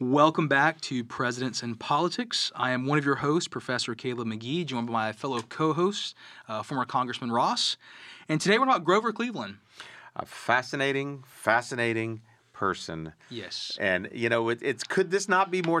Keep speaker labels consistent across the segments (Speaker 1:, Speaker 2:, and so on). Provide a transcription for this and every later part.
Speaker 1: Welcome back to Presidents and Politics. I am one of your hosts, Professor Caleb McGee, joined by my fellow co host, uh, former Congressman Ross. And today we're about Grover Cleveland.
Speaker 2: A fascinating, fascinating person.
Speaker 1: Yes.
Speaker 2: And you know, it, it's could this not be more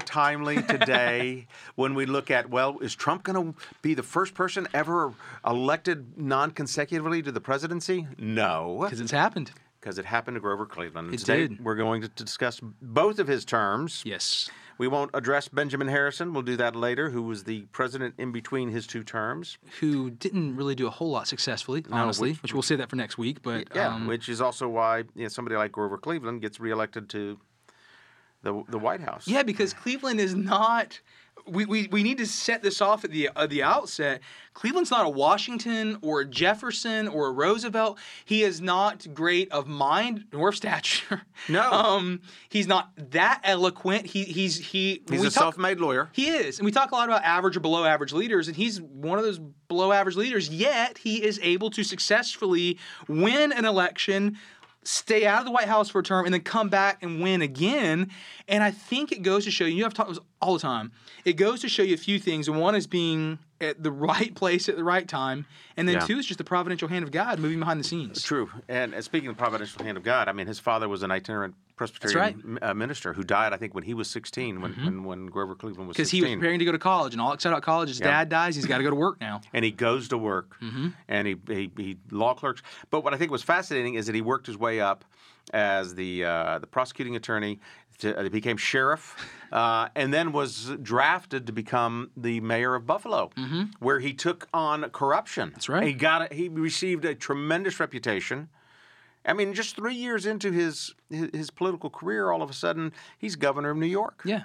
Speaker 2: timely today when we look at well, is Trump going to be the first person ever elected non-consecutively to the presidency? No,
Speaker 1: Because it's happened.
Speaker 2: because it happened to Grover Cleveland. And
Speaker 1: It
Speaker 2: today
Speaker 1: did.
Speaker 2: we're going to discuss both of his terms.
Speaker 1: Yes.
Speaker 2: We won't address Benjamin Harrison. We'll do that later, who was the president in between his two terms.
Speaker 1: Who didn't really do a whole lot successfully, honestly, which, we'll say that for next week. But
Speaker 2: Yeah,
Speaker 1: um,
Speaker 2: which is also why you know, somebody like Grover Cleveland gets reelected to the the White House.
Speaker 1: Yeah, because Cleveland is not. We, we, we need to set this off at the at the outset. Cleveland's not a Washington or a Jefferson or a Roosevelt. He is not great of mind nor of stature.
Speaker 2: No.
Speaker 1: um, he's not that eloquent. He he's he.
Speaker 2: he's
Speaker 1: we
Speaker 2: a
Speaker 1: talk-
Speaker 2: self-made lawyer.
Speaker 1: He is, and we talk a lot about average or below average leaders, and he's one of those below average leaders. Yet he is able to successfully win an election, stay out of the White House for a term, and then come back and win again. And I think it goes to show you. You have talked about this all the time. It goes to show you a few things, and one is being at the right place at the right time, and then
Speaker 2: Yeah.
Speaker 1: two is just the providential hand of God moving behind the scenes.
Speaker 2: True. And uh, speaking of providential hand of God, I mean, his father was an itinerant Presbyterian
Speaker 1: right.
Speaker 2: m- uh, minister who died, I think, when he was 16, when, when, when Grover Cleveland Mm-hmm. was
Speaker 1: Because he was
Speaker 2: 16.
Speaker 1: preparing to go to college, and all excited about college. His dad dies; he's got to go to work now.
Speaker 2: and he goes to work
Speaker 1: Mm-hmm.
Speaker 2: and he, he, he law clerks. But what I think was fascinating is that he worked his way up as the uh, the prosecuting attorney. To, uh, became sheriff, uh, and then was drafted to become the mayor of Buffalo, where he took on corruption. That's
Speaker 1: Mm-hmm. right.
Speaker 2: He got a, he received a tremendous reputation. I mean, just three years into his his, his political career, all of a sudden he's governor of New York.
Speaker 1: Yeah.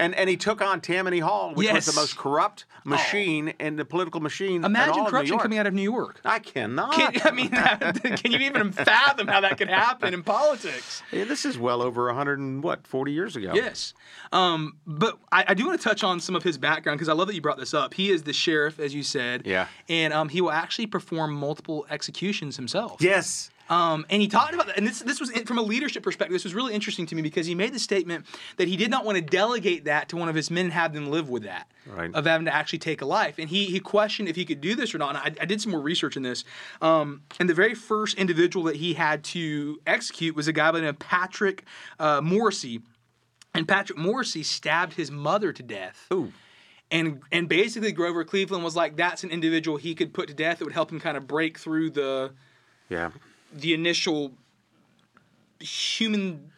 Speaker 2: And, and he took on Tammany Hall, which was
Speaker 1: Yes. Oh.
Speaker 2: the most corrupt machine in the political machine.
Speaker 1: Imagine corruption coming out of New York.
Speaker 2: I cannot.
Speaker 1: Can, I mean, can you even fathom how that could happen in politics?
Speaker 2: Hey, this is well over a hundred and what forty years ago.
Speaker 1: Yes. Um, but I, I do want to touch on some of his background because I love that you brought this up. He is the sheriff, as you said.
Speaker 2: Yeah.
Speaker 1: And um, he will actually perform multiple executions himself.
Speaker 2: Yes.
Speaker 1: Um, and he talked about that. And this, this was in- from a leadership perspective. This was really interesting to me because he made the statement that he did not want to delegate that to one of his men and have them live with that,
Speaker 2: Right.
Speaker 1: of having to actually take a life. And he, he questioned if he could do this or not. And I, I did some more research in this. Um, and the very first individual that he had to execute was a guy by the name of Patrick uh, Morrissey. And Patrick Morrissey stabbed his mother to death.
Speaker 2: Ooh.
Speaker 1: And and basically Grover Cleveland was like, that's an individual he could put to death. It would help him kind of break through the
Speaker 2: Yeah.
Speaker 1: the initial human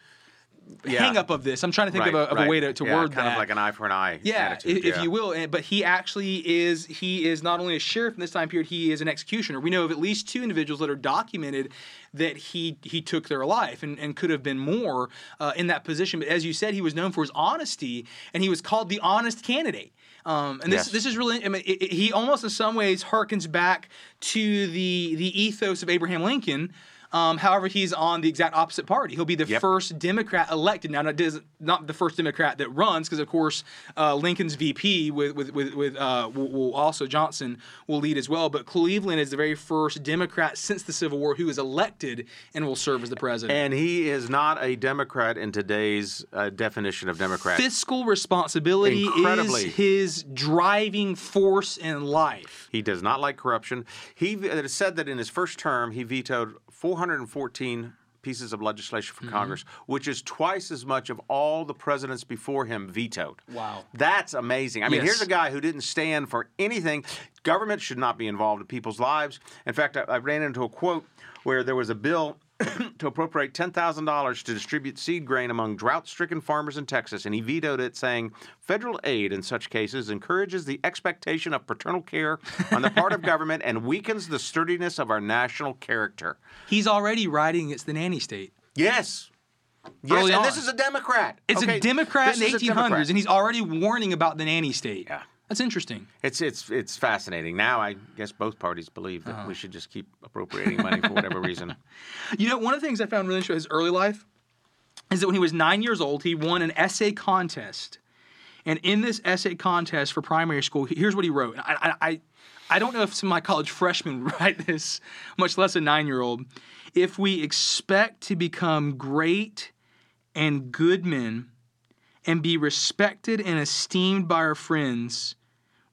Speaker 2: Yeah.
Speaker 1: hang up of this. I'm trying to think
Speaker 2: Right,
Speaker 1: of, a, of
Speaker 2: right.
Speaker 1: a way to, to
Speaker 2: yeah,
Speaker 1: word
Speaker 2: kind
Speaker 1: that.
Speaker 2: of like an eye for an eye.
Speaker 1: yeah, i-
Speaker 2: attitude,
Speaker 1: if
Speaker 2: yeah.
Speaker 1: you will. And, but he actually is he is not only a sheriff in this time period, he is an executioner. We know of at least two individuals that are documented that he he took their life and, and could have been more uh, in that position. But as you said, he was known for his honesty and he was called the honest candidate. Um, and this
Speaker 2: Yes.
Speaker 1: this is really I mean, it, it- he almost in some ways harkens back to the the ethos of Abraham Lincoln. Um, however, he's on the exact opposite party. He'll be the
Speaker 2: Yep.
Speaker 1: first Democrat elected. Now, not, dis- not the first Democrat that runs, because of course uh, Lincoln's VP with with with, with uh, will, will also Johnson will lead as well. But Cleveland is the very first Democrat since the Civil War who is elected and will serve as the president.
Speaker 2: And he is not a Democrat in today's uh, definition of Democrat.
Speaker 1: Fiscal responsibility
Speaker 2: Incredibly.
Speaker 1: is his driving force in life.
Speaker 2: He does not like corruption. He it is said that in his first term, he vetoed 414 pieces of legislation from Congress, which is twice as much of all the presidents before him vetoed.
Speaker 1: Wow.
Speaker 2: That's amazing. I mean,
Speaker 1: Yes.
Speaker 2: here's a guy who didn't stand for anything. Government should not be involved in people's lives. In fact, I, I ran into a quote where there was a bill. to appropriate $10,000 to distribute seed grain among drought stricken farmers in Texas, and he vetoed it, saying, Federal aid in such cases encourages the expectation of paternal care on the part of government and weakens the sturdiness of our national character.
Speaker 1: He's already riding against the nanny state.
Speaker 2: Yes. Yes,
Speaker 1: Early
Speaker 2: and
Speaker 1: on.
Speaker 2: this is a Democrat.
Speaker 1: It's
Speaker 2: Okay,
Speaker 1: a Democrat in
Speaker 2: this
Speaker 1: the
Speaker 2: is a Democrat.
Speaker 1: 1800s, and he's already warning about the nanny state.
Speaker 2: Yeah.
Speaker 1: That's interesting.
Speaker 2: It's it's it's fascinating. Now I guess both parties believe that we should just keep appropriating money for whatever reason.
Speaker 1: You know, one of the things I found really interesting in his early life is that when he was nine years old, he won an essay contest. And in this essay contest for primary school, he- here's what he wrote. And I, I, I, I don't know if some of my college freshmen would write this, much less a nine year old. If we expect to become great and good men and be respected and esteemed by our friends,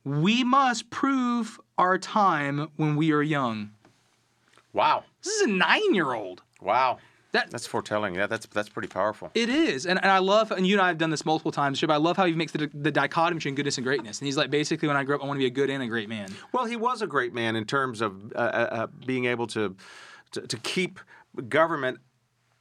Speaker 1: we must prove our time when we are young.
Speaker 2: Wow.
Speaker 1: This is a nine year old.
Speaker 2: Wow.
Speaker 1: That
Speaker 2: That's foretelling. Yeah, that's that's pretty powerful.
Speaker 1: it is, and, and I love, and you and I have done this multiple times. But I love how he makes the, the dichotomy between goodness and greatness. And he's like, basically, when I grow up, I want to be a good and a great man.
Speaker 2: Well, he was a great man in terms of uh, uh, uh, being able to, to to keep government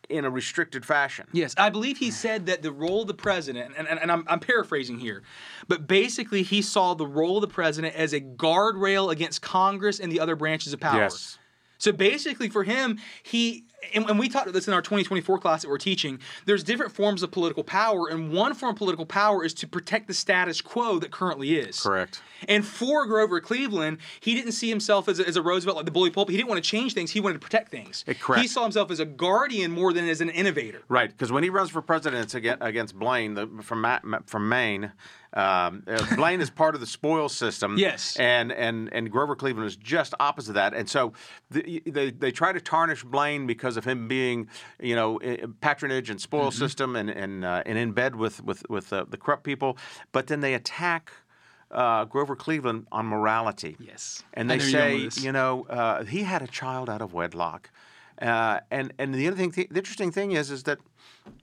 Speaker 2: in a restricted fashion.
Speaker 1: Yes, I believe he said that the role of the president, and, and, and I'm, I'm paraphrasing here, but basically he saw the role of the president as a guardrail against Congress and the other branches of power.
Speaker 2: Yes.
Speaker 1: So basically, for him, he and, and we talked about this in our 2024 class that we're teaching. There's different forms of political power, and one form of political power is to protect the status quo that currently is.
Speaker 2: Correct.
Speaker 1: And for Grover Cleveland, he didn't see himself as a, as a Roosevelt like the bully pulpit. He didn't want to change things. He wanted to protect things.
Speaker 2: Eh, correct.
Speaker 1: He saw himself as a guardian more than as an innovator.
Speaker 2: Right, because when he runs for president against, against Blaine the, from Ma- Ma- from Maine, um, uh, Blaine is part of the spoils system.
Speaker 1: Yes.
Speaker 2: and and and Grover Cleveland is just opposite that, and so the, they they try to tarnish Blaine because of him being you know i- patronage and spoils
Speaker 1: Mm-hmm.
Speaker 2: system and and uh, and in bed with with with uh, the corrupt people, but then they attack uh, Grover Cleveland on morality.
Speaker 1: Yes.
Speaker 2: And
Speaker 1: I
Speaker 2: they
Speaker 1: know you're going
Speaker 2: say,
Speaker 1: with this.
Speaker 2: you know, uh, he had a child out of wedlock. Uh, and and the other thing, the interesting thing is, is that,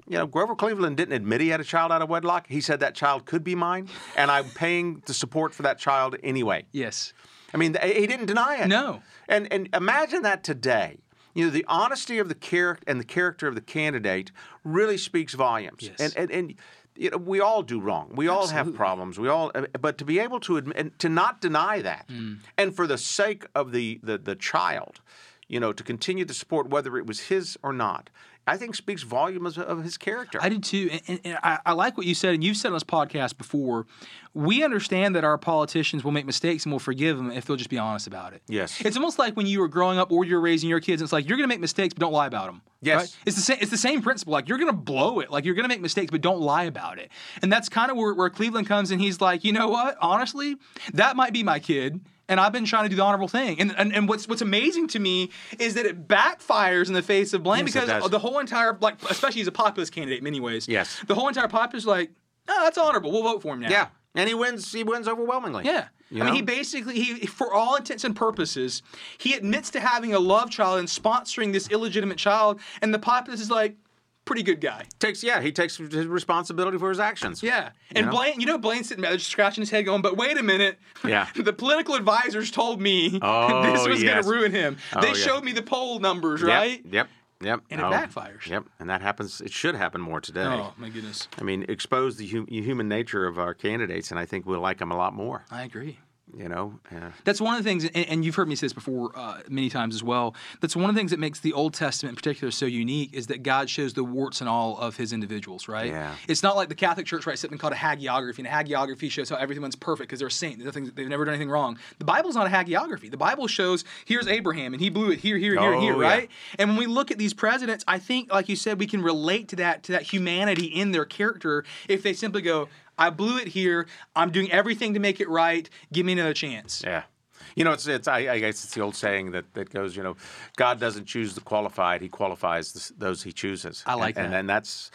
Speaker 2: you know, Grover Cleveland didn't admit he had a child out of wedlock. He said that child could be mine, and I'm paying the support for that child anyway.
Speaker 1: Yes.
Speaker 2: I mean, th- he didn't deny it.
Speaker 1: No.
Speaker 2: And and imagine that today. You know, the honesty of the character and the character of the candidate really speaks volumes.
Speaker 1: Yes.
Speaker 2: And and and you know, we all do wrong. We all have problems. We all, uh, but to be able to admit, and to not deny that,
Speaker 1: Hmm.
Speaker 2: and for the sake of the, the the child, you know, to continue to support whether it was his or not, I think speaks volumes of, of his character.
Speaker 1: I do too, and, and, and I, I like what you said, and you've said on this podcast before. We understand that our politicians will make mistakes, and we'll forgive them if they'll just be honest about it.
Speaker 2: Yes.
Speaker 1: it's almost like when you were growing up or you're raising your kids. It's like you're going to make mistakes, but don't lie about them.
Speaker 2: Yes.
Speaker 1: it's the same. It's the same principle. Like you're going to blow it. Like you're going to make mistakes, but don't lie about it. And that's kind of where, where Cleveland comes, and he's like, you know what? Honestly, that might be my kid. And I've been trying to do the honorable thing, and, and and what's what's amazing to me is that it backfires in the face of blame
Speaker 2: Yes, it
Speaker 1: because
Speaker 2: does.
Speaker 1: the whole entire like, especially he's a populist candidate in many ways.
Speaker 2: Yes.
Speaker 1: the whole entire populace is like, oh, that's honorable. We'll vote for him now.
Speaker 2: yeah, and he wins. He wins overwhelmingly.
Speaker 1: Yeah.
Speaker 2: You
Speaker 1: I mean,
Speaker 2: know?
Speaker 1: he basically, he for all intents and purposes, he admits to having a love child and sponsoring this illegitimate child, and the populace is like, pretty good guy.
Speaker 2: takes. Yeah, he takes his responsibility for his actions.
Speaker 1: Yeah. And
Speaker 2: know?
Speaker 1: Blaine, you know, Blaine's sitting there just scratching his head, going, "But wait a minute."
Speaker 2: Yeah.
Speaker 1: the political advisors told me
Speaker 2: Oh,
Speaker 1: this was going
Speaker 2: yes.
Speaker 1: to ruin him.
Speaker 2: Oh,
Speaker 1: they
Speaker 2: yeah.
Speaker 1: showed me the poll numbers,
Speaker 2: Yep,
Speaker 1: right?
Speaker 2: Yep. Yep. Oh,
Speaker 1: And it backfires.
Speaker 2: Yep. And that happens. It should happen more today.
Speaker 1: Oh my goodness,
Speaker 2: I mean, expose the hum- human nature of our candidates, and I think we'll like them a lot more.
Speaker 1: I agree.
Speaker 2: You know. Uh,
Speaker 1: That's one of the things, and, and you've heard me say this before uh, many times as well. That's one of the things that makes the Old Testament in particular so unique is that God shows the warts and all of His individuals, right?
Speaker 2: Yeah.
Speaker 1: It's not like the Catholic Church writes something called a hagiography, and a hagiography shows how everyone's perfect because they're a saint, nothing, they've never done anything wrong. The Bible's not a hagiography. The Bible shows here's Abraham, and he blew it here, here, here, and
Speaker 2: Oh,
Speaker 1: here,
Speaker 2: yeah.
Speaker 1: right? And when we look at these presidents, I think, like you said, we can relate to that to that humanity in their character if they simply go. I blew it here. I'm doing everything to make it right. Give me another chance.
Speaker 2: yeah. You know, it's it's. I, I guess it's the old saying that, that goes. You know, God doesn't choose the qualified; He qualifies the, s- those He chooses.
Speaker 1: I like
Speaker 2: and,
Speaker 1: that.
Speaker 2: And, and that's,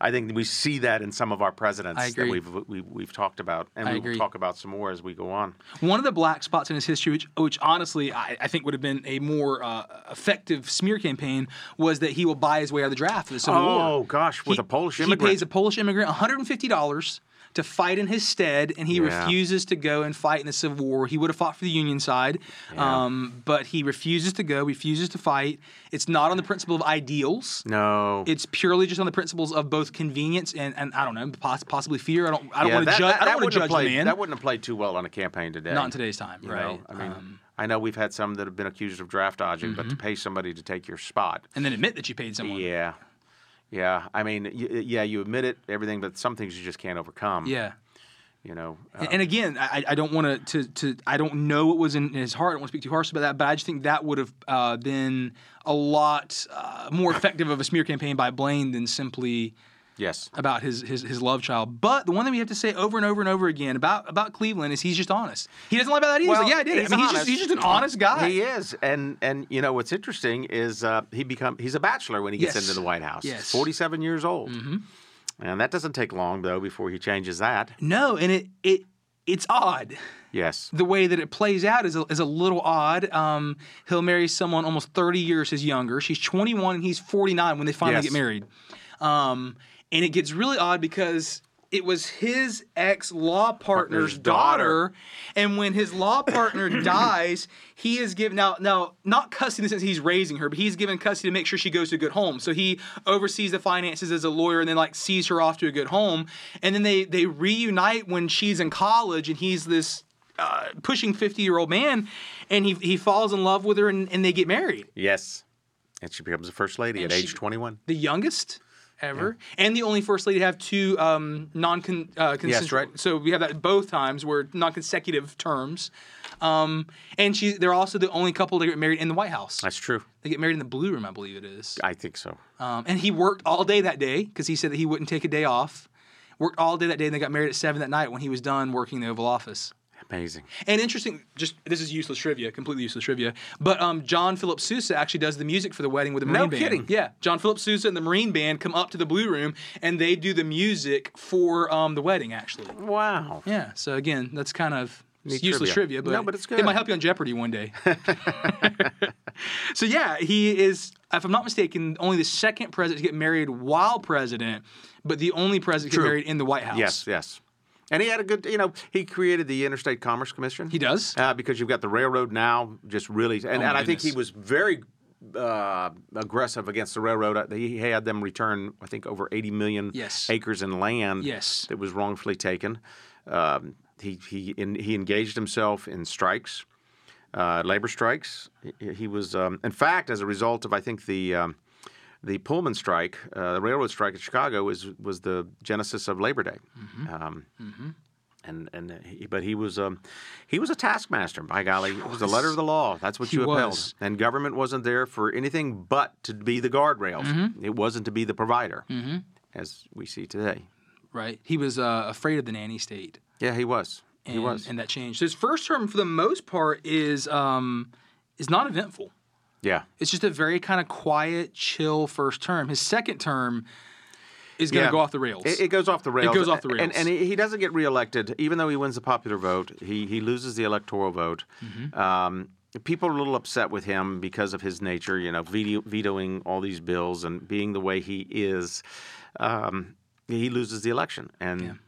Speaker 2: I think we see that in some of our presidents
Speaker 1: I agree.
Speaker 2: that we've we, we've talked about, and
Speaker 1: I
Speaker 2: we
Speaker 1: agree.
Speaker 2: will talk about some more as we go on.
Speaker 1: One of the black spots in his history, which, which honestly I, I think would have been a more uh, effective smear campaign, was that he will buy his way out of the draft for the Civil War.
Speaker 2: Oh, gosh, with
Speaker 1: He-
Speaker 2: a Polish
Speaker 1: He
Speaker 2: immigrant.
Speaker 1: pays a Polish immigrant $150 to fight in his stead, and he
Speaker 2: Yeah.
Speaker 1: refuses to go and fight in the Civil War. He would have fought for the Union side, um, but he refuses to go, refuses to fight. It's not on the principle of ideals.
Speaker 2: No,
Speaker 1: It's purely just on the principles of both convenience and, and I don't know, poss- possibly fear. I don't, I don't
Speaker 2: Yeah,
Speaker 1: want to
Speaker 2: that-
Speaker 1: judge.
Speaker 2: that-
Speaker 1: I
Speaker 2: that
Speaker 1: don't want to
Speaker 2: wouldn't have
Speaker 1: judge the
Speaker 2: played-
Speaker 1: man.
Speaker 2: That wouldn't have played too well on a campaign today.
Speaker 1: not in today's time,
Speaker 2: you know?
Speaker 1: right?
Speaker 2: I mean,
Speaker 1: Um, Mm-hmm.
Speaker 2: I know we've had some that have been accused of draft dodging, but to pay somebody to take your spot,
Speaker 1: and then admit that you paid someone.
Speaker 2: yeah, yeah. I mean, y- y- yeah, you admit it, everything, but some things you just can't overcome.
Speaker 1: Yeah.
Speaker 2: you know. uh,
Speaker 1: And, and again, I, I don't want to, to, I don't know what was in his heart. I don't want to speak too harsh about that, but I just think that would have uh, been a lot uh, more effective of a smear campaign by Blaine than simply
Speaker 2: yes,
Speaker 1: about his, his, his love child. But the one thing we have to say over and over and over again about, about Cleveland is he's just honest. He doesn't lie about that either. he's
Speaker 2: Well,
Speaker 1: like, yeah, I did it. I
Speaker 2: he's
Speaker 1: mean, he's just,
Speaker 2: honest.
Speaker 1: he's just an honest guy.
Speaker 2: he is, and and you know what's interesting is uh, he become he's a bachelor when he gets
Speaker 1: Yes. Mm-hmm.
Speaker 2: into the White House.
Speaker 1: Yes.
Speaker 2: forty seven years old. And that doesn't take long, though, before he changes that.
Speaker 1: No, and it it it's odd.
Speaker 2: Yes.
Speaker 1: The way that it plays out is a, is a little odd. Um, he'll marry someone almost 30 years his younger. She's 21 and he's 49 when they finally
Speaker 2: Yes.
Speaker 1: get married. Um, and it gets really odd because it was his ex law partner's
Speaker 2: Partner's daughter.
Speaker 1: daughter, and when his law partner dies, he is given now now not custody in the sense he's raising her, but he's given custody to make sure she goes to a good home. So he oversees the finances as a lawyer and then like sees her off to a good home, and then they they reunite when she's in college and he's this. Uh, pushing 50 year old man and he, he falls in love with her and, and they get married
Speaker 2: Yes. And she becomes a first lady
Speaker 1: And
Speaker 2: at
Speaker 1: she-
Speaker 2: age 21.
Speaker 1: the youngest ever, and the only first lady to have two um, non con uh, consent-
Speaker 2: right.
Speaker 1: So we have that both times where non-consecutive terms, um, and she they're also the only couple to get married in the White House.
Speaker 2: That's true.
Speaker 1: They get married in the Blue Room, I believe it is.
Speaker 2: I think so.
Speaker 1: Um, and he worked all day that day because he said that he wouldn't take a day off. Worked all day that day, and they got married at seven that night when he was done working the Oval Office.
Speaker 2: Amazing.
Speaker 1: And interesting, just this is useless trivia, completely useless trivia. But um, John Philip Sousa actually does the music for the wedding with the Marine Band.
Speaker 2: kidding.
Speaker 1: Yeah, John Philip Sousa and the Marine Band come up to the Blue Room and they do the music for um, the wedding. Actually,
Speaker 2: Wow.
Speaker 1: yeah. So again, that's kind of
Speaker 2: Neat
Speaker 1: useless
Speaker 2: trivia.
Speaker 1: trivia, but
Speaker 2: No, but it's
Speaker 1: It
Speaker 2: good.
Speaker 1: might help you on Jeopardy one day. so yeah, he is, if I'm not mistaken, only the second president to get married while president, but the only president to get
Speaker 2: True.
Speaker 1: married in the White House.
Speaker 2: Yes, yes. And he had a good, you know, he created the Interstate Commerce Commission.
Speaker 1: he does. Oh,
Speaker 2: uh, because you've got the railroad now, just really, and,
Speaker 1: my
Speaker 2: and I think he
Speaker 1: goodness.
Speaker 2: was very uh, aggressive against the railroad. Uh, He had them return, I think, over 80 million
Speaker 1: Yes.
Speaker 2: acres in land
Speaker 1: Yes.
Speaker 2: that was wrongfully taken. Um, he he in, he engaged himself in strikes, uh, labor strikes. He, he was, um, in fact, as a result of I think the um, the Pullman strike, uh, the railroad strike in Chicago was was the genesis of Labor Day.
Speaker 1: Mm-hmm.
Speaker 2: Um, And and he, but he was um, he was a taskmaster. By golly, it was the letter of the law. That's what
Speaker 1: He
Speaker 2: you upheld.
Speaker 1: was.
Speaker 2: And government wasn't there for anything but to be the guardrails.
Speaker 1: Mm-hmm.
Speaker 2: It wasn't to be the provider, as we see today.
Speaker 1: Right. He was uh, afraid of the nanny state.
Speaker 2: Yeah, he was.
Speaker 1: and,
Speaker 2: he was.
Speaker 1: and that changed. So his first term, for the most part, is um, is not eventful.
Speaker 2: yeah.
Speaker 1: It's just a very kind of quiet, chill first term. His second term is going to
Speaker 2: Yeah.
Speaker 1: go off the rails.
Speaker 2: It, it goes off the rails.
Speaker 1: goes off the
Speaker 2: And,
Speaker 1: rails.
Speaker 2: and he he doesn't get reelected, even though he wins the popular vote. He he loses the electoral vote.
Speaker 1: Mm-hmm.
Speaker 2: Um, people are a little upset with him because of his nature, you know, veto- vetoing all these bills and being the way he is. Um, he loses the election, and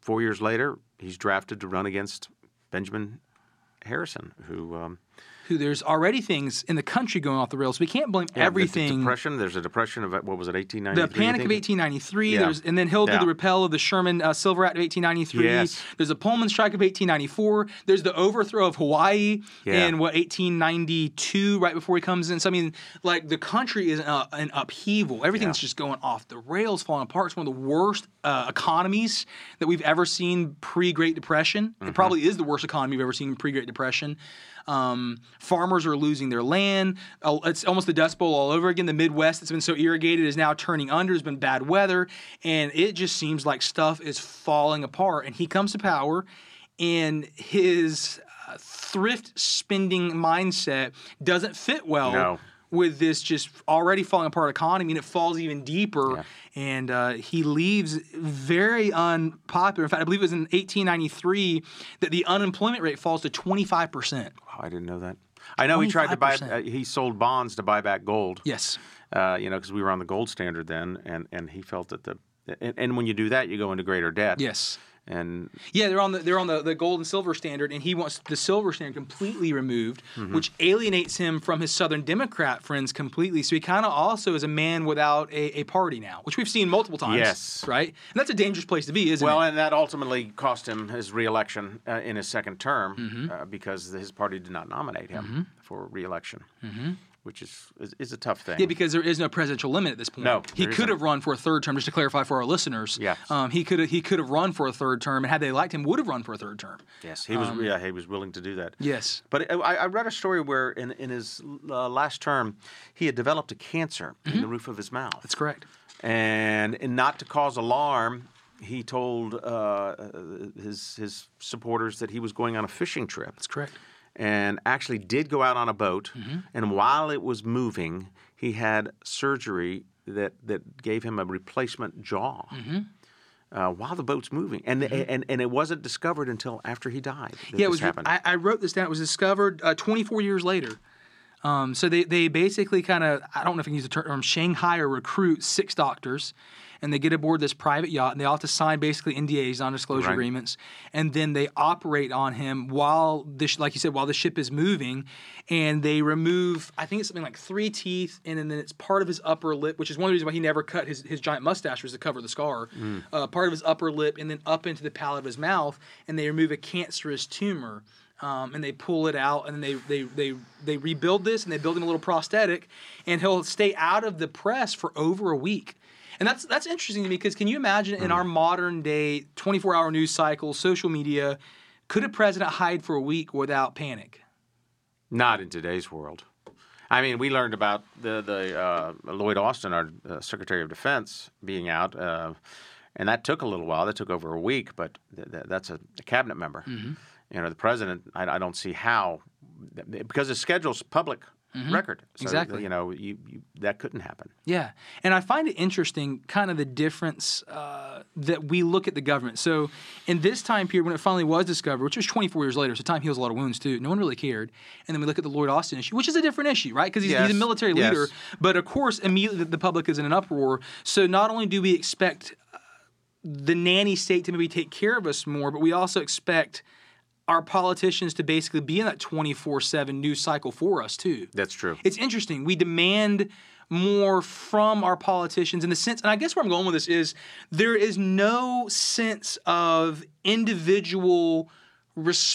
Speaker 2: four years later, he's drafted to run against Benjamin Harrison, who. Um,
Speaker 1: Who there's already things in the country going off the rails. We can't blame
Speaker 2: had the de-
Speaker 1: everything.
Speaker 2: depression. There's a depression of what was it, 1893?
Speaker 1: The Panic
Speaker 2: I
Speaker 1: of
Speaker 2: think?
Speaker 1: 1893,
Speaker 2: Yeah.
Speaker 1: there's, and then he'll do
Speaker 2: Yeah.
Speaker 1: the repeal of the Sherman uh, Silver Act of 1893.
Speaker 2: Yes.
Speaker 1: There's a Pullman strike of 1894. There's the overthrow of Hawaii
Speaker 2: Yeah.
Speaker 1: in what 1892, right before he comes in. So I mean, like the country is uh, an upheaval. Everything's just going off the rails, falling apart. It's one of the worst uh, economies that we've ever seen pre Great Depression. It probably is the worst economy we've ever seen pre Great Depression. Um, farmers are losing their land. Uh, It's almost the Dust Bowl all over again. The Midwest that's been so irrigated is now turning under. There's been bad weather, and it just seems like stuff is falling apart. And he comes to power, and his uh, thrift spending mindset doesn't fit well.
Speaker 2: No.
Speaker 1: With this just already falling apart economy, and it falls even deeper, and uh, he leaves very unpopular. In fact, I believe it was in 1893 that the unemployment rate falls to 25 percent.
Speaker 2: Wow, Oh, I didn't know that. I know he tried to buy.
Speaker 1: 25%.
Speaker 2: Uh, he sold bonds to buy back gold.
Speaker 1: Yes.
Speaker 2: Uh, you know, because we were on the gold standard then, and and he felt that the and, and when you do that, you go into greater debt.
Speaker 1: Yes.
Speaker 2: And
Speaker 1: Yeah, they're on the they're on the, the gold and silver standard, and he wants the silver standard completely removed,
Speaker 2: Mm-hmm.
Speaker 1: which alienates him from his Southern Democrat friends completely. So he kind of also is a man without a, a party now, which we've seen multiple times.
Speaker 2: Yes.
Speaker 1: right, and that's a dangerous place to be, isn't
Speaker 2: well,
Speaker 1: it?
Speaker 2: and that ultimately cost him his reelection uh, in his second term
Speaker 1: Mm-hmm.
Speaker 2: uh, because his party did not nominate him for reelection, mm-hmm. which is, is is a tough thing.
Speaker 1: Yeah, because there is no presidential limit at this point.
Speaker 2: No,
Speaker 1: he
Speaker 2: there
Speaker 1: could
Speaker 2: isn't.
Speaker 1: have run for a third term. Just to clarify for our listeners,
Speaker 2: Yes.
Speaker 1: um, he could have he could have run for a third term, and had they liked him, would have run for a third term.
Speaker 2: yes, he was. yeah, he was willing to do that.
Speaker 1: um, Yes.
Speaker 2: But uh, I, I read a story where in, in his uh, last term, he had developed a cancer
Speaker 1: Mm-hmm.
Speaker 2: in the roof of his mouth.
Speaker 1: That's correct.
Speaker 2: and, and not to cause alarm, he told uh, his his supporters that he was going on a fishing trip,
Speaker 1: That's correct.
Speaker 2: and
Speaker 1: Mm-hmm.
Speaker 2: actually did go out on a boat. And while it was moving, he had surgery that that gave him a replacement jaw.
Speaker 1: Mm-hmm.
Speaker 2: Uh, while the boat's moving, and, and and it wasn't discovered until after he died. that
Speaker 1: yeah, it
Speaker 2: this
Speaker 1: was.
Speaker 2: happened.
Speaker 1: I, I wrote this down. It was discovered uh, 24 years later. Um, so they, they basically kind of I don't know if I can use the term um, Shanghai or recruit six doctors, and they get aboard this private yacht and they all have to sign basically NDAs non-disclosure
Speaker 2: Right.
Speaker 1: agreements, and then they operate on him while this like you said while the ship is moving, and they remove I think it's something like three teeth and then it's part of his upper lip, which is one of the reasons why he never cut his, his giant mustache was to cover the scar, uh, part of his upper lip and then up into the palate of his mouth, and they remove a cancerous tumor um, and they pull it out and then they, they they they rebuild this and they build him a little prosthetic and he'll stay out of the press for over a week and that's that's interesting to me because can you imagine in our modern day 24 hour news cycle social media could a president hide for a week without panic
Speaker 2: Not in today's world. I mean, we learned about the the uh, Lloyd Austin, our uh, Secretary of Defense, being out, uh, and that took a little while. That took over a week, but th- th- that's a, a cabinet member. You know, the president. I, I don't see how, because his schedule's public record. So,
Speaker 1: Exactly.
Speaker 2: You know, you, you that couldn't happen.
Speaker 1: Yeah, and I find it interesting, kind of the difference uh, that we look at the government. So, in this time period when it finally was discovered, which was 24 years later, so time heals a lot of wounds too. No one really cared. And then we look at the Lloyd Austin issue, which is a different issue, right? Because he's, he's
Speaker 2: Yes,
Speaker 1: a military
Speaker 2: yes.
Speaker 1: leader, but of course, immediately the public is in an uproar. So, not only do we expect uh, the nanny state to maybe take care of us more, but we also expect our politicians to basically be in that 24/7 news cycle for us too
Speaker 2: That's true.
Speaker 1: it's interesting. We demand more from our politicians in the sense, and I guess where I'm going with this is there is no sense of individual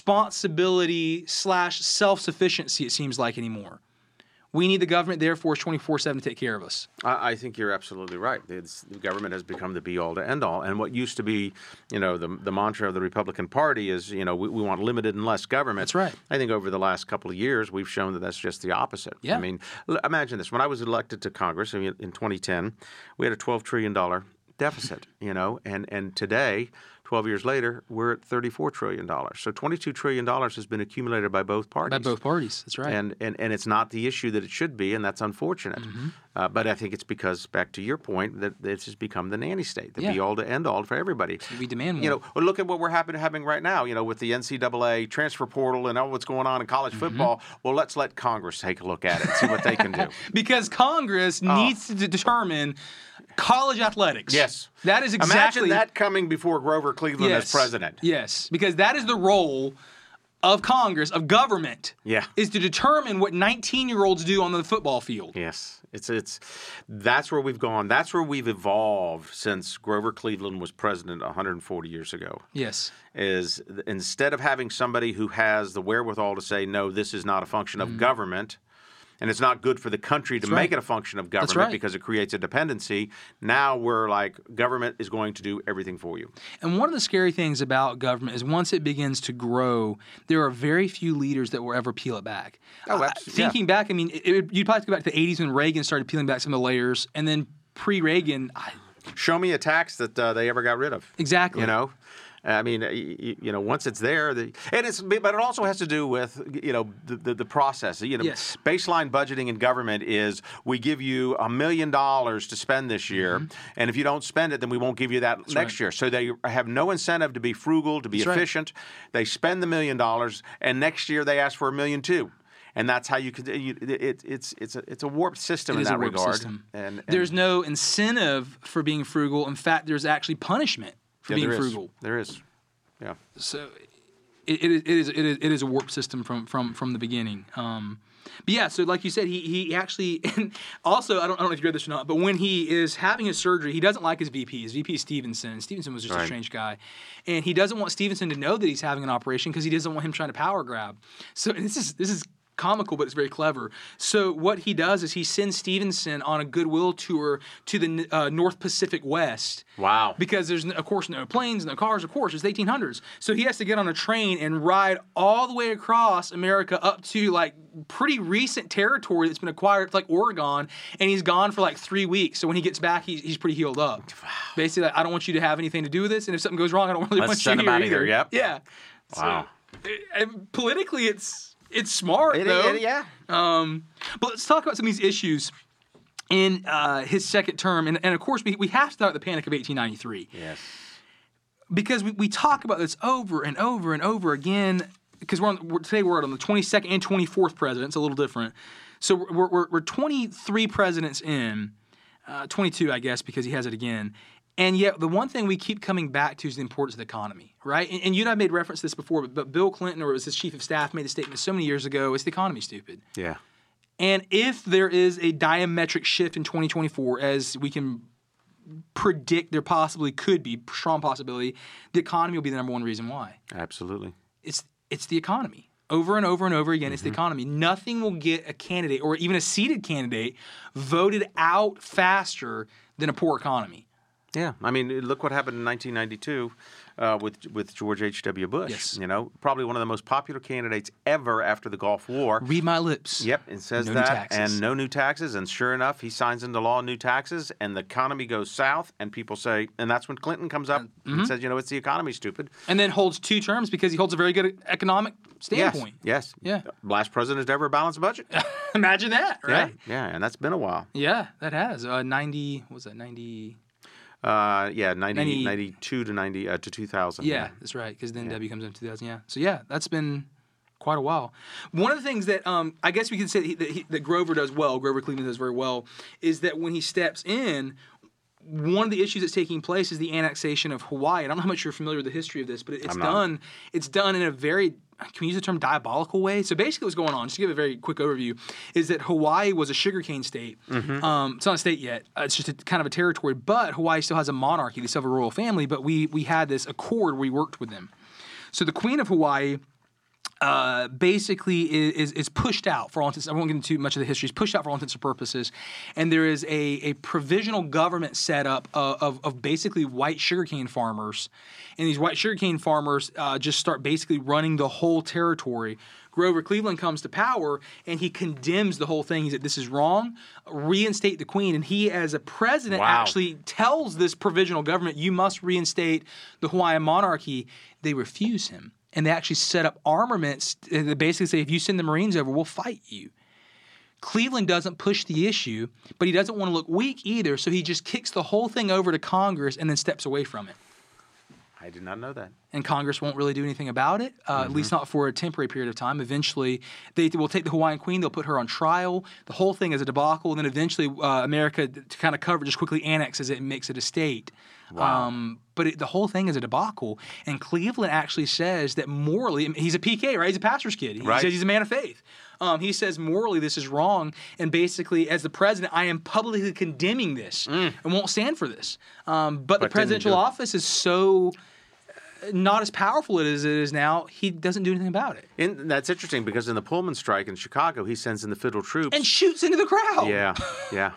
Speaker 1: responsibility slash self sufficiency, it seems like anymore. We need the government, therefore, 24 7 to take care of us.
Speaker 2: I, I think you're absolutely right. It's, the government has become the be all to end all, and what used to be, you know, the the mantra of the Republican Party is, you know, we, we want limited and less government.
Speaker 1: That's right.
Speaker 2: I think over the last couple of years, we've shown that that's just the opposite.
Speaker 1: Yeah.
Speaker 2: I mean, l- imagine this: when I was elected to Congress in, in 2010, we had a 12 trillion dollar deficit. you know, and and today. 12 years later, we're at $34 trillion. So $22 trillion has been accumulated by both parties.
Speaker 1: By both parties. That's right.
Speaker 2: And, and and it's not the issue that it should be, and that's unfortunate.
Speaker 1: Mm-hmm.
Speaker 2: Uh, but I think it's because, back to your point, that this has become the nanny state, the
Speaker 1: Yeah.
Speaker 2: be all to end all for everybody.
Speaker 1: we demand more.
Speaker 2: You know, well, look at what we're happen- having right now. You know, with the NCAA transfer portal and all what's going on in college
Speaker 1: Mm-hmm.
Speaker 2: football. Well, let's let Congress take a look at it and see what they can do.
Speaker 1: because Congress
Speaker 2: Oh.
Speaker 1: needs to de- determine college athletics.
Speaker 2: Yes.
Speaker 1: That is exactly
Speaker 2: Imagine that coming before Grover Cleveland as president.
Speaker 1: Yes, because that is the role of Congress, of government,
Speaker 2: Yeah.
Speaker 1: is to determine what 19 year olds do on the football field.
Speaker 2: Yes, it's it's that's where we've gone. That's where we've evolved since Grover Cleveland was president 140 years ago.
Speaker 1: Yes.
Speaker 2: is th- instead of having somebody who has the wherewithal to say, no, this is not a function of government, and it's not good for the country to
Speaker 1: Mm-hmm.
Speaker 2: make
Speaker 1: right.
Speaker 2: it a function of government
Speaker 1: right.
Speaker 2: because it creates a dependency, now we're like, government is going to do everything for you.
Speaker 1: And one of the scary things about government is once it begins to grow, there are very few leaders that will ever peel it back.
Speaker 2: Oh,
Speaker 1: I- I-
Speaker 2: abs- yeah.
Speaker 1: Thinking back, I mean, it, it- you'd probably have to go back to the 80s when Reagan started peeling back some of the layers, and then pre Reagan,
Speaker 2: Show me a tax that uh, they ever got rid of.
Speaker 1: exactly.
Speaker 2: You know? I mean, y- y- you know, once it's there, the, and it's, but it also has to do with, you know, the, the, the process. You know,
Speaker 1: Yes.
Speaker 2: baseline budgeting in government is we give you a million dollars to spend this year, and if you don't spend it, then we won't give you that next
Speaker 1: Mm-hmm. right.
Speaker 2: year. So they have no incentive to be frugal, to be
Speaker 1: right.
Speaker 2: efficient. They spend the million dollars, and next year they ask for a million two. And that's how you can. You, it, it's it's a it's a warped
Speaker 1: It
Speaker 2: system in
Speaker 1: is
Speaker 2: that
Speaker 1: a warped
Speaker 2: regard.
Speaker 1: system.
Speaker 2: And, and
Speaker 1: there's no incentive for being frugal. In fact, there's actually punishment for
Speaker 2: yeah,
Speaker 1: being
Speaker 2: there is.
Speaker 1: frugal.
Speaker 2: There is, yeah.
Speaker 1: so it, it, is, it is it is it is a warp system from from from the beginning. Um, but yeah, so like you said, he he actually and also I don't, I don't know if you read this or not, but when he is having his surgery, he doesn't like his VP. His VP is Stevenson. and Stevenson was just a
Speaker 2: Right.
Speaker 1: strange guy, and he doesn't want Stevenson to know that he's having an operation because he doesn't want him trying to power grab. So and this is this is comical, but it's very clever. So what he does is he sends Stevenson on a goodwill tour to the uh, North Pacific West.
Speaker 2: Wow.
Speaker 1: Because there's, of course, no planes, no cars, of course, it's the 1800s. So he has to get on a train and ride all the way across America up to like pretty recent territory that's been acquired, like Oregon, and he's gone for like three weeks. So when he gets back, he's, he's pretty healed up. Basically, like, I don't want you to have anything to do with this, and if something goes wrong, I don't really
Speaker 2: Let's
Speaker 1: want
Speaker 2: send
Speaker 1: you
Speaker 2: him
Speaker 1: here
Speaker 2: outta here,
Speaker 1: either.
Speaker 2: yep.
Speaker 1: Yeah.
Speaker 2: Wow.
Speaker 1: So, eh, and politically, it's it's smart
Speaker 2: It-
Speaker 1: though.
Speaker 2: it- yeah.
Speaker 1: But let's talk about some of these issues. in uh, his second term. And, and of course, we, we have to start with the Panic of 1893
Speaker 2: Yes.
Speaker 1: because we, we talk about this over and over and over again because we're on we're, today we're on the 22nd and 24th presidents a little different so we're, we're, we're 23 presidents in uh, 22 i guess because he has it again and yet the one thing we keep coming back to is the importance of the economy right and, and you and i made reference to this before but, but bill clinton or it was his chief of staff made a statement so many years ago it's the economy stupid
Speaker 2: Yeah.
Speaker 1: and if there is a diametric shift in 2024, as we can predict there possibly could be, strong possibility, the economy will be the number one reason why.
Speaker 2: Absolutely.
Speaker 1: It's it's the economy. Over and over and over again, it's
Speaker 2: Mm-hmm.
Speaker 1: the economy. Nothing will get a candidate or even a seated candidate voted out faster than a poor economy.
Speaker 2: Yeah, I mean, look what happened in 1992 uh, with with George H. W. Bush.
Speaker 1: Yes.
Speaker 2: You know, probably one of the most popular candidates ever after the Gulf War.
Speaker 1: Read my lips.
Speaker 2: Yep, and says
Speaker 1: No new
Speaker 2: that,
Speaker 1: taxes.
Speaker 2: and no new taxes, and sure enough, he signs into law new taxes, and the economy goes south, and people say, and that's when Clinton comes
Speaker 1: Uh,
Speaker 2: up
Speaker 1: mm-hmm.
Speaker 2: and says, you know, it's the economy, stupid.
Speaker 1: And then holds two terms because he holds a very good economic standpoint.
Speaker 2: Yes, yes,
Speaker 1: Yeah.
Speaker 2: Last president to ever balance a budget.
Speaker 1: Imagine that, right?
Speaker 2: Yeah, yeah, and that's been a while.
Speaker 1: Yeah, that has. Uh, 90, what was that, 90?
Speaker 2: Uh, yeah, 90,
Speaker 1: Ninety-
Speaker 2: 92 to ninety uh, to two thousand.
Speaker 1: Yeah, that's right. Because then W comes in 2000. Yeah. So yeah, that's been quite a while. One of the things that um, I guess we could say that, he, that, he, that Grover does well, Grover Cleveland does very well, is that when he steps in, one of the issues that's taking place is the annexation of Hawaii. And I don't know how much you're familiar with the history of this, but it- it's
Speaker 2: I'm not.
Speaker 1: done. It's done in a very can we use the term diabolical way? So basically, what's going on? Just to give a very quick overview, is that Hawaii was a sugarcane state.
Speaker 2: Mm-hmm.
Speaker 1: Um, it's not a state yet. Uh, It's just a, kind of a territory, but Hawaii still has a monarchy. They still have a royal family. But we we had this accord. where We worked with them. So the Queen of Hawaii uh, basically is, is, is pushed out for all intents. I won't get into much of the history. It's pushed out for all intents and purposes, and there is a, a provisional government set up of, of, of basically white sugarcane farmers, and these white sugarcane farmers uh, just start basically running the whole territory. Grover Cleveland comes to power and he condemns the whole thing. He said, "This is wrong." Reinstate the queen, and he, as a president,
Speaker 2: Wow.
Speaker 1: actually tells this provisional government, "You must reinstate the Hawaiian monarchy." They refuse him, and they actually set up armaments uh, that basically say, "If you send the Marines over, we'll fight you." Cleveland doesn't push the issue, but he doesn't want to look weak either, so he just kicks the whole thing over to Congress and then steps away from it
Speaker 2: I did not know that.
Speaker 1: and Congress won't really do anything about it, uh, at
Speaker 2: Mm-hmm.
Speaker 1: least not for a temporary period of time. Eventually, they will take the Hawaiian Queen, they'll put her on trial. The whole thing is a debacle. And then eventually, uh, America, to kind of cover it, just quickly annexes it and makes it a state.
Speaker 2: Wow.
Speaker 1: Um, but it, the whole thing is a debacle. And Cleveland actually says that morally, I mean, he's a PK, right? He's a pastor's kid. He
Speaker 2: Right.
Speaker 1: says he's a man of faith. Um, he says morally this is wrong, and basically, as the president, I am publicly condemning this
Speaker 2: Mm.
Speaker 1: and won't stand for this. Um, but, the
Speaker 2: But didn't he do
Speaker 1: presidential
Speaker 2: it?
Speaker 1: office is so uh, not as powerful as it is now, he doesn't do anything about it
Speaker 2: And that's interesting because in the Pullman strike in Chicago, he sends in the Fiddle Troops.
Speaker 1: and shoots into the crowd.
Speaker 2: Yeah, yeah,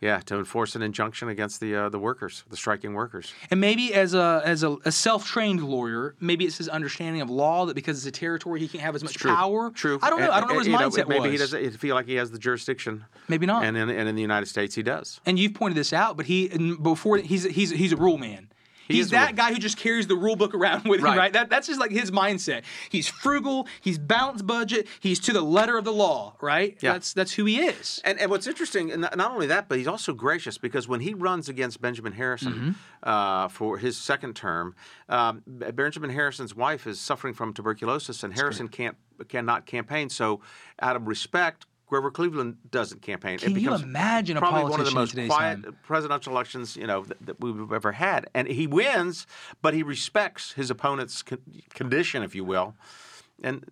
Speaker 2: yeah. To enforce an injunction against the uh, the workers, the striking workers.
Speaker 1: And maybe as a as a, a self trained lawyer, maybe it's his understanding of law that because it's a territory, he can't have as much power.
Speaker 2: True.
Speaker 1: I don't know.
Speaker 2: And-
Speaker 1: I don't know what his
Speaker 2: and, you
Speaker 1: mindset
Speaker 2: maybe
Speaker 1: was.
Speaker 2: he doesn't feel like he has the jurisdiction.
Speaker 1: Maybe not.
Speaker 2: And in, and in the United States, he does.
Speaker 1: and you've pointed this out, but he and before he's he's he's a rule man. He's
Speaker 2: is a
Speaker 1: that
Speaker 2: rule-
Speaker 1: guy who just carries the rule book around with
Speaker 2: Right.
Speaker 1: him, right? That, that's just like his mindset. He's frugal. He's balanced budget. He's to the letter of the law, right?
Speaker 2: Yeah.
Speaker 1: That's that's who he is.
Speaker 2: And, and what's interesting, and not not only that, but he's also gracious because when he runs against Benjamin Harrison
Speaker 1: Mm-hmm.
Speaker 2: uh, for his second term, um, B- Benjamin Harrison's wife is suffering from tuberculosis, and Harrison can't cannot campaign. So, out of respect, Grover Cleveland doesn't campaign.
Speaker 1: Can you imagine a
Speaker 2: probably
Speaker 1: politician
Speaker 2: one of the
Speaker 1: in
Speaker 2: most
Speaker 1: today's
Speaker 2: quiet
Speaker 1: time?
Speaker 2: presidential elections you know that, that we've ever had, and he wins, but he respects his opponent's con- condition, if you will, and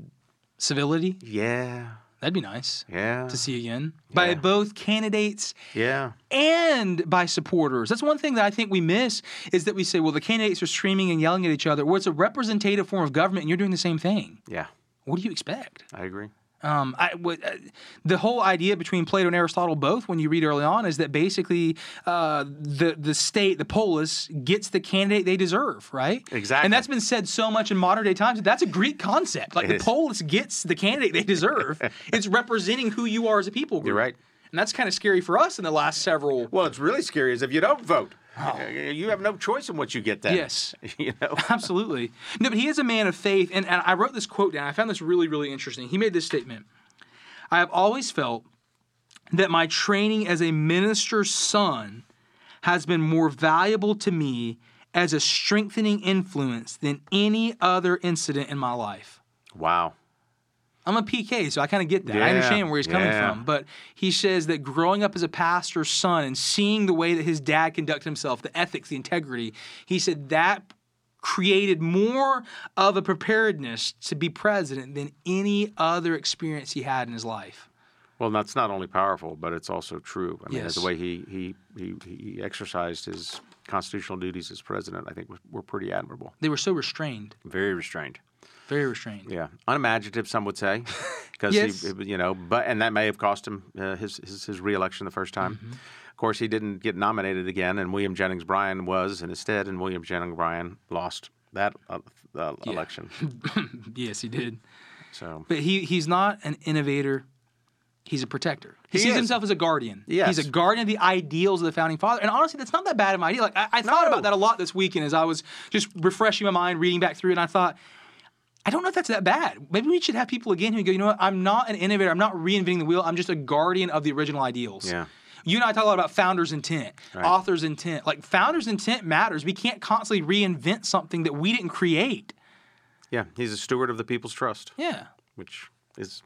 Speaker 1: Civility.
Speaker 2: yeah,
Speaker 1: That'd be nice.
Speaker 2: yeah,
Speaker 1: to see again by both candidates
Speaker 2: yeah.
Speaker 1: and by supporters. That's one thing that I think we miss is that we say, well, the candidates are screaming and yelling at each other. Well, it's a representative form of government, and you're doing the same thing.
Speaker 2: Yeah,
Speaker 1: What do you expect?
Speaker 2: I agree.
Speaker 1: Um, I, what, uh, the whole idea between Plato and Aristotle, both when you read early on, is that basically uh, the the state, the polis, gets the candidate they deserve, right?
Speaker 2: Exactly.
Speaker 1: And that's been said so much in modern day times. that That's a Greek concept. Like the
Speaker 2: is.
Speaker 1: polis gets the candidate they deserve. it's representing who you are as a people group.
Speaker 2: You're right.
Speaker 1: And that's kind of scary for us in the last several.
Speaker 2: Well, it's really scary is if you don't vote. Uh, You have no choice in what you get then.
Speaker 1: Yes.
Speaker 2: You know?
Speaker 1: Absolutely. No, but he is a man of faith. And, and I wrote this quote down. I found this really, really interesting. He made this statement I have always felt that my training as a minister's son has been more valuable to me as a strengthening influence than any other incident in my life.
Speaker 2: Wow.
Speaker 1: I'm a PK, so I kind of get that.
Speaker 2: Yeah,
Speaker 1: I understand where he's coming
Speaker 2: yeah.
Speaker 1: from. But he says that growing up as a pastor's son and seeing the way that his dad conducted himself, the ethics, the integrity, he said that created more of a preparedness to be president than any other experience he had in his life.
Speaker 2: Well, that's not only powerful, but it's also true. I mean,
Speaker 1: Yes.
Speaker 2: the way he, he he he exercised his constitutional duties as president, I think, were, were pretty admirable.
Speaker 1: They were so restrained,
Speaker 2: Very restrained.
Speaker 1: very restrained.
Speaker 2: Yeah, unimaginative, some would say, because
Speaker 1: Yes.
Speaker 2: he, you know, but and that may have cost him uh, his, his his reelection the first time.
Speaker 1: Mm-hmm.
Speaker 2: Of course, he didn't get nominated again, and William Jennings Bryan was in his stead, and William Jennings Bryan lost that uh, uh, election.
Speaker 1: Yes, he did.
Speaker 2: So
Speaker 1: But he he's not an innovator. He's a protector. He,
Speaker 2: He
Speaker 1: sees
Speaker 2: is.
Speaker 1: himself as a guardian.
Speaker 2: Yes.
Speaker 1: He's a guardian of the ideals of the founding father. And honestly, that's not that bad of an idea. Like I, I thought
Speaker 2: No.
Speaker 1: about that a lot this weekend as I was just refreshing my mind, reading back through, it, and I thought, I don't know if that's that bad. Maybe we should have people again who go, you know what, I'm not an innovator, I'm not reinventing the wheel, I'm just a guardian of the original ideals.
Speaker 2: Yeah.
Speaker 1: You and I talk a lot about founders' intent, authors' intent. Like founders' intent matters. We can't constantly reinvent something that we didn't create.
Speaker 2: yeah, he's a steward of the people's trust,
Speaker 1: Yeah.
Speaker 2: which is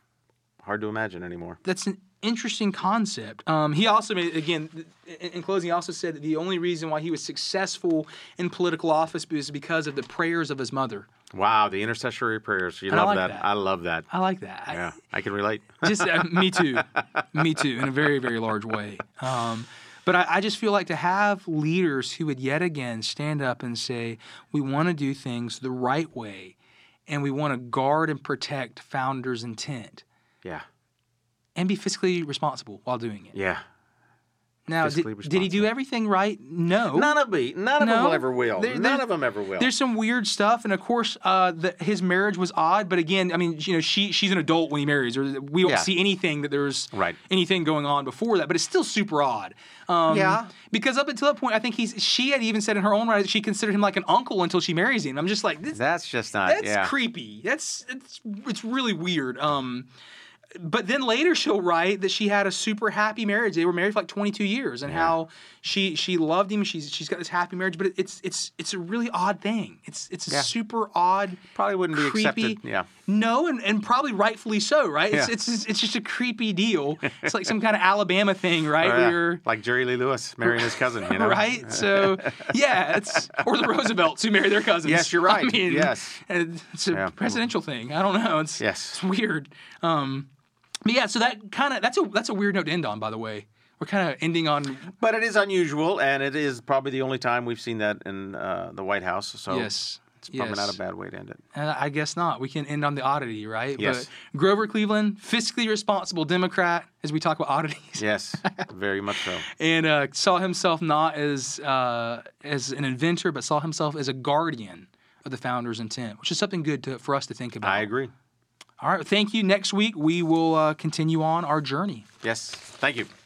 Speaker 2: hard to imagine anymore.
Speaker 1: that's an interesting concept. Um, he also made again th- in- in closing. He also said that the only reason why he was successful in political office was because of the prayers of his mother.
Speaker 2: Wow, the intercessory prayers. You
Speaker 1: I
Speaker 2: love
Speaker 1: like
Speaker 2: that.
Speaker 1: that.
Speaker 2: I love that.
Speaker 1: I like that. I-
Speaker 2: Yeah, I can relate.
Speaker 1: just uh, me too, me too, in a very very large way. Um, but I, I just feel like to have leaders who would yet again stand up and say we want to do things the right way, and we want to guard and protect founders' intent
Speaker 2: yeah,
Speaker 1: and be fiscally responsible while doing it.
Speaker 2: yeah.
Speaker 1: Now,
Speaker 2: Fiscally
Speaker 1: did, did he do
Speaker 2: responsible.
Speaker 1: everything right? No.
Speaker 2: None of me. None of
Speaker 1: No.
Speaker 2: them ever will.
Speaker 1: There-
Speaker 2: None
Speaker 1: there-
Speaker 2: of them ever will.
Speaker 1: There's some weird stuff, and of course, uh, the, his marriage was odd. But again, I mean, you know, she she's an adult when he marries, or we don't
Speaker 2: Yeah.
Speaker 1: see anything that there's
Speaker 2: Right.
Speaker 1: anything going on before that. But it's still super odd. Um,
Speaker 2: Yeah.
Speaker 1: Because up until that point, I think he's she had even said in her own right that she considered him like an uncle until she marries him. I'm just like this.
Speaker 2: That's just not.
Speaker 1: That's
Speaker 2: Uh, yeah.
Speaker 1: creepy. That's it's it's really weird. Um, but then later she'll write that she had a super happy marriage. They were married for like 22 years, and how she she loved him. She's she's got this happy marriage, but it, it's it's it's a really odd thing. It's it's a
Speaker 2: Yeah.
Speaker 1: super odd.
Speaker 2: Probably wouldn't be
Speaker 1: creepy.
Speaker 2: accepted. Yeah.
Speaker 1: No, and, and probably rightfully so, right? It's,
Speaker 2: Yeah.
Speaker 1: it's it's just a creepy deal. It's like some kind of Alabama thing, right?
Speaker 2: Oh, yeah. Oh,
Speaker 1: Where you're-
Speaker 2: Like Jerry Lee Lewis marrying his cousin, you know?
Speaker 1: right? So yeah, it's or the Roosevelts who marry their cousins.
Speaker 2: Yes, you're right.
Speaker 1: I mean,
Speaker 2: Yes.
Speaker 1: it's a
Speaker 2: Yeah.
Speaker 1: presidential thing. I don't know. It's
Speaker 2: Yes.
Speaker 1: it's weird. Um, but yeah, so that kind of that's a that's a weird note to end on. By the way, we're kind of ending on
Speaker 2: But it is unusual, and it is probably the only time we've seen that in uh, the White House. So
Speaker 1: yes.
Speaker 2: it's probably
Speaker 1: yes.
Speaker 2: not a bad way to end it.
Speaker 1: Uh, I guess not. We can end on the oddity, right?
Speaker 2: Yes.
Speaker 1: But Grover Cleveland, fiscally responsible Democrat, as we talk about oddities,
Speaker 2: Yes, very much so.
Speaker 1: and uh, saw himself not as uh, as an inventor, but saw himself as a guardian of the founder's intent, which is something good to, for us to think about.
Speaker 2: I agree.
Speaker 1: All right. Thank you. Next week, we will uh, continue on our journey.
Speaker 2: Yes. Thank you.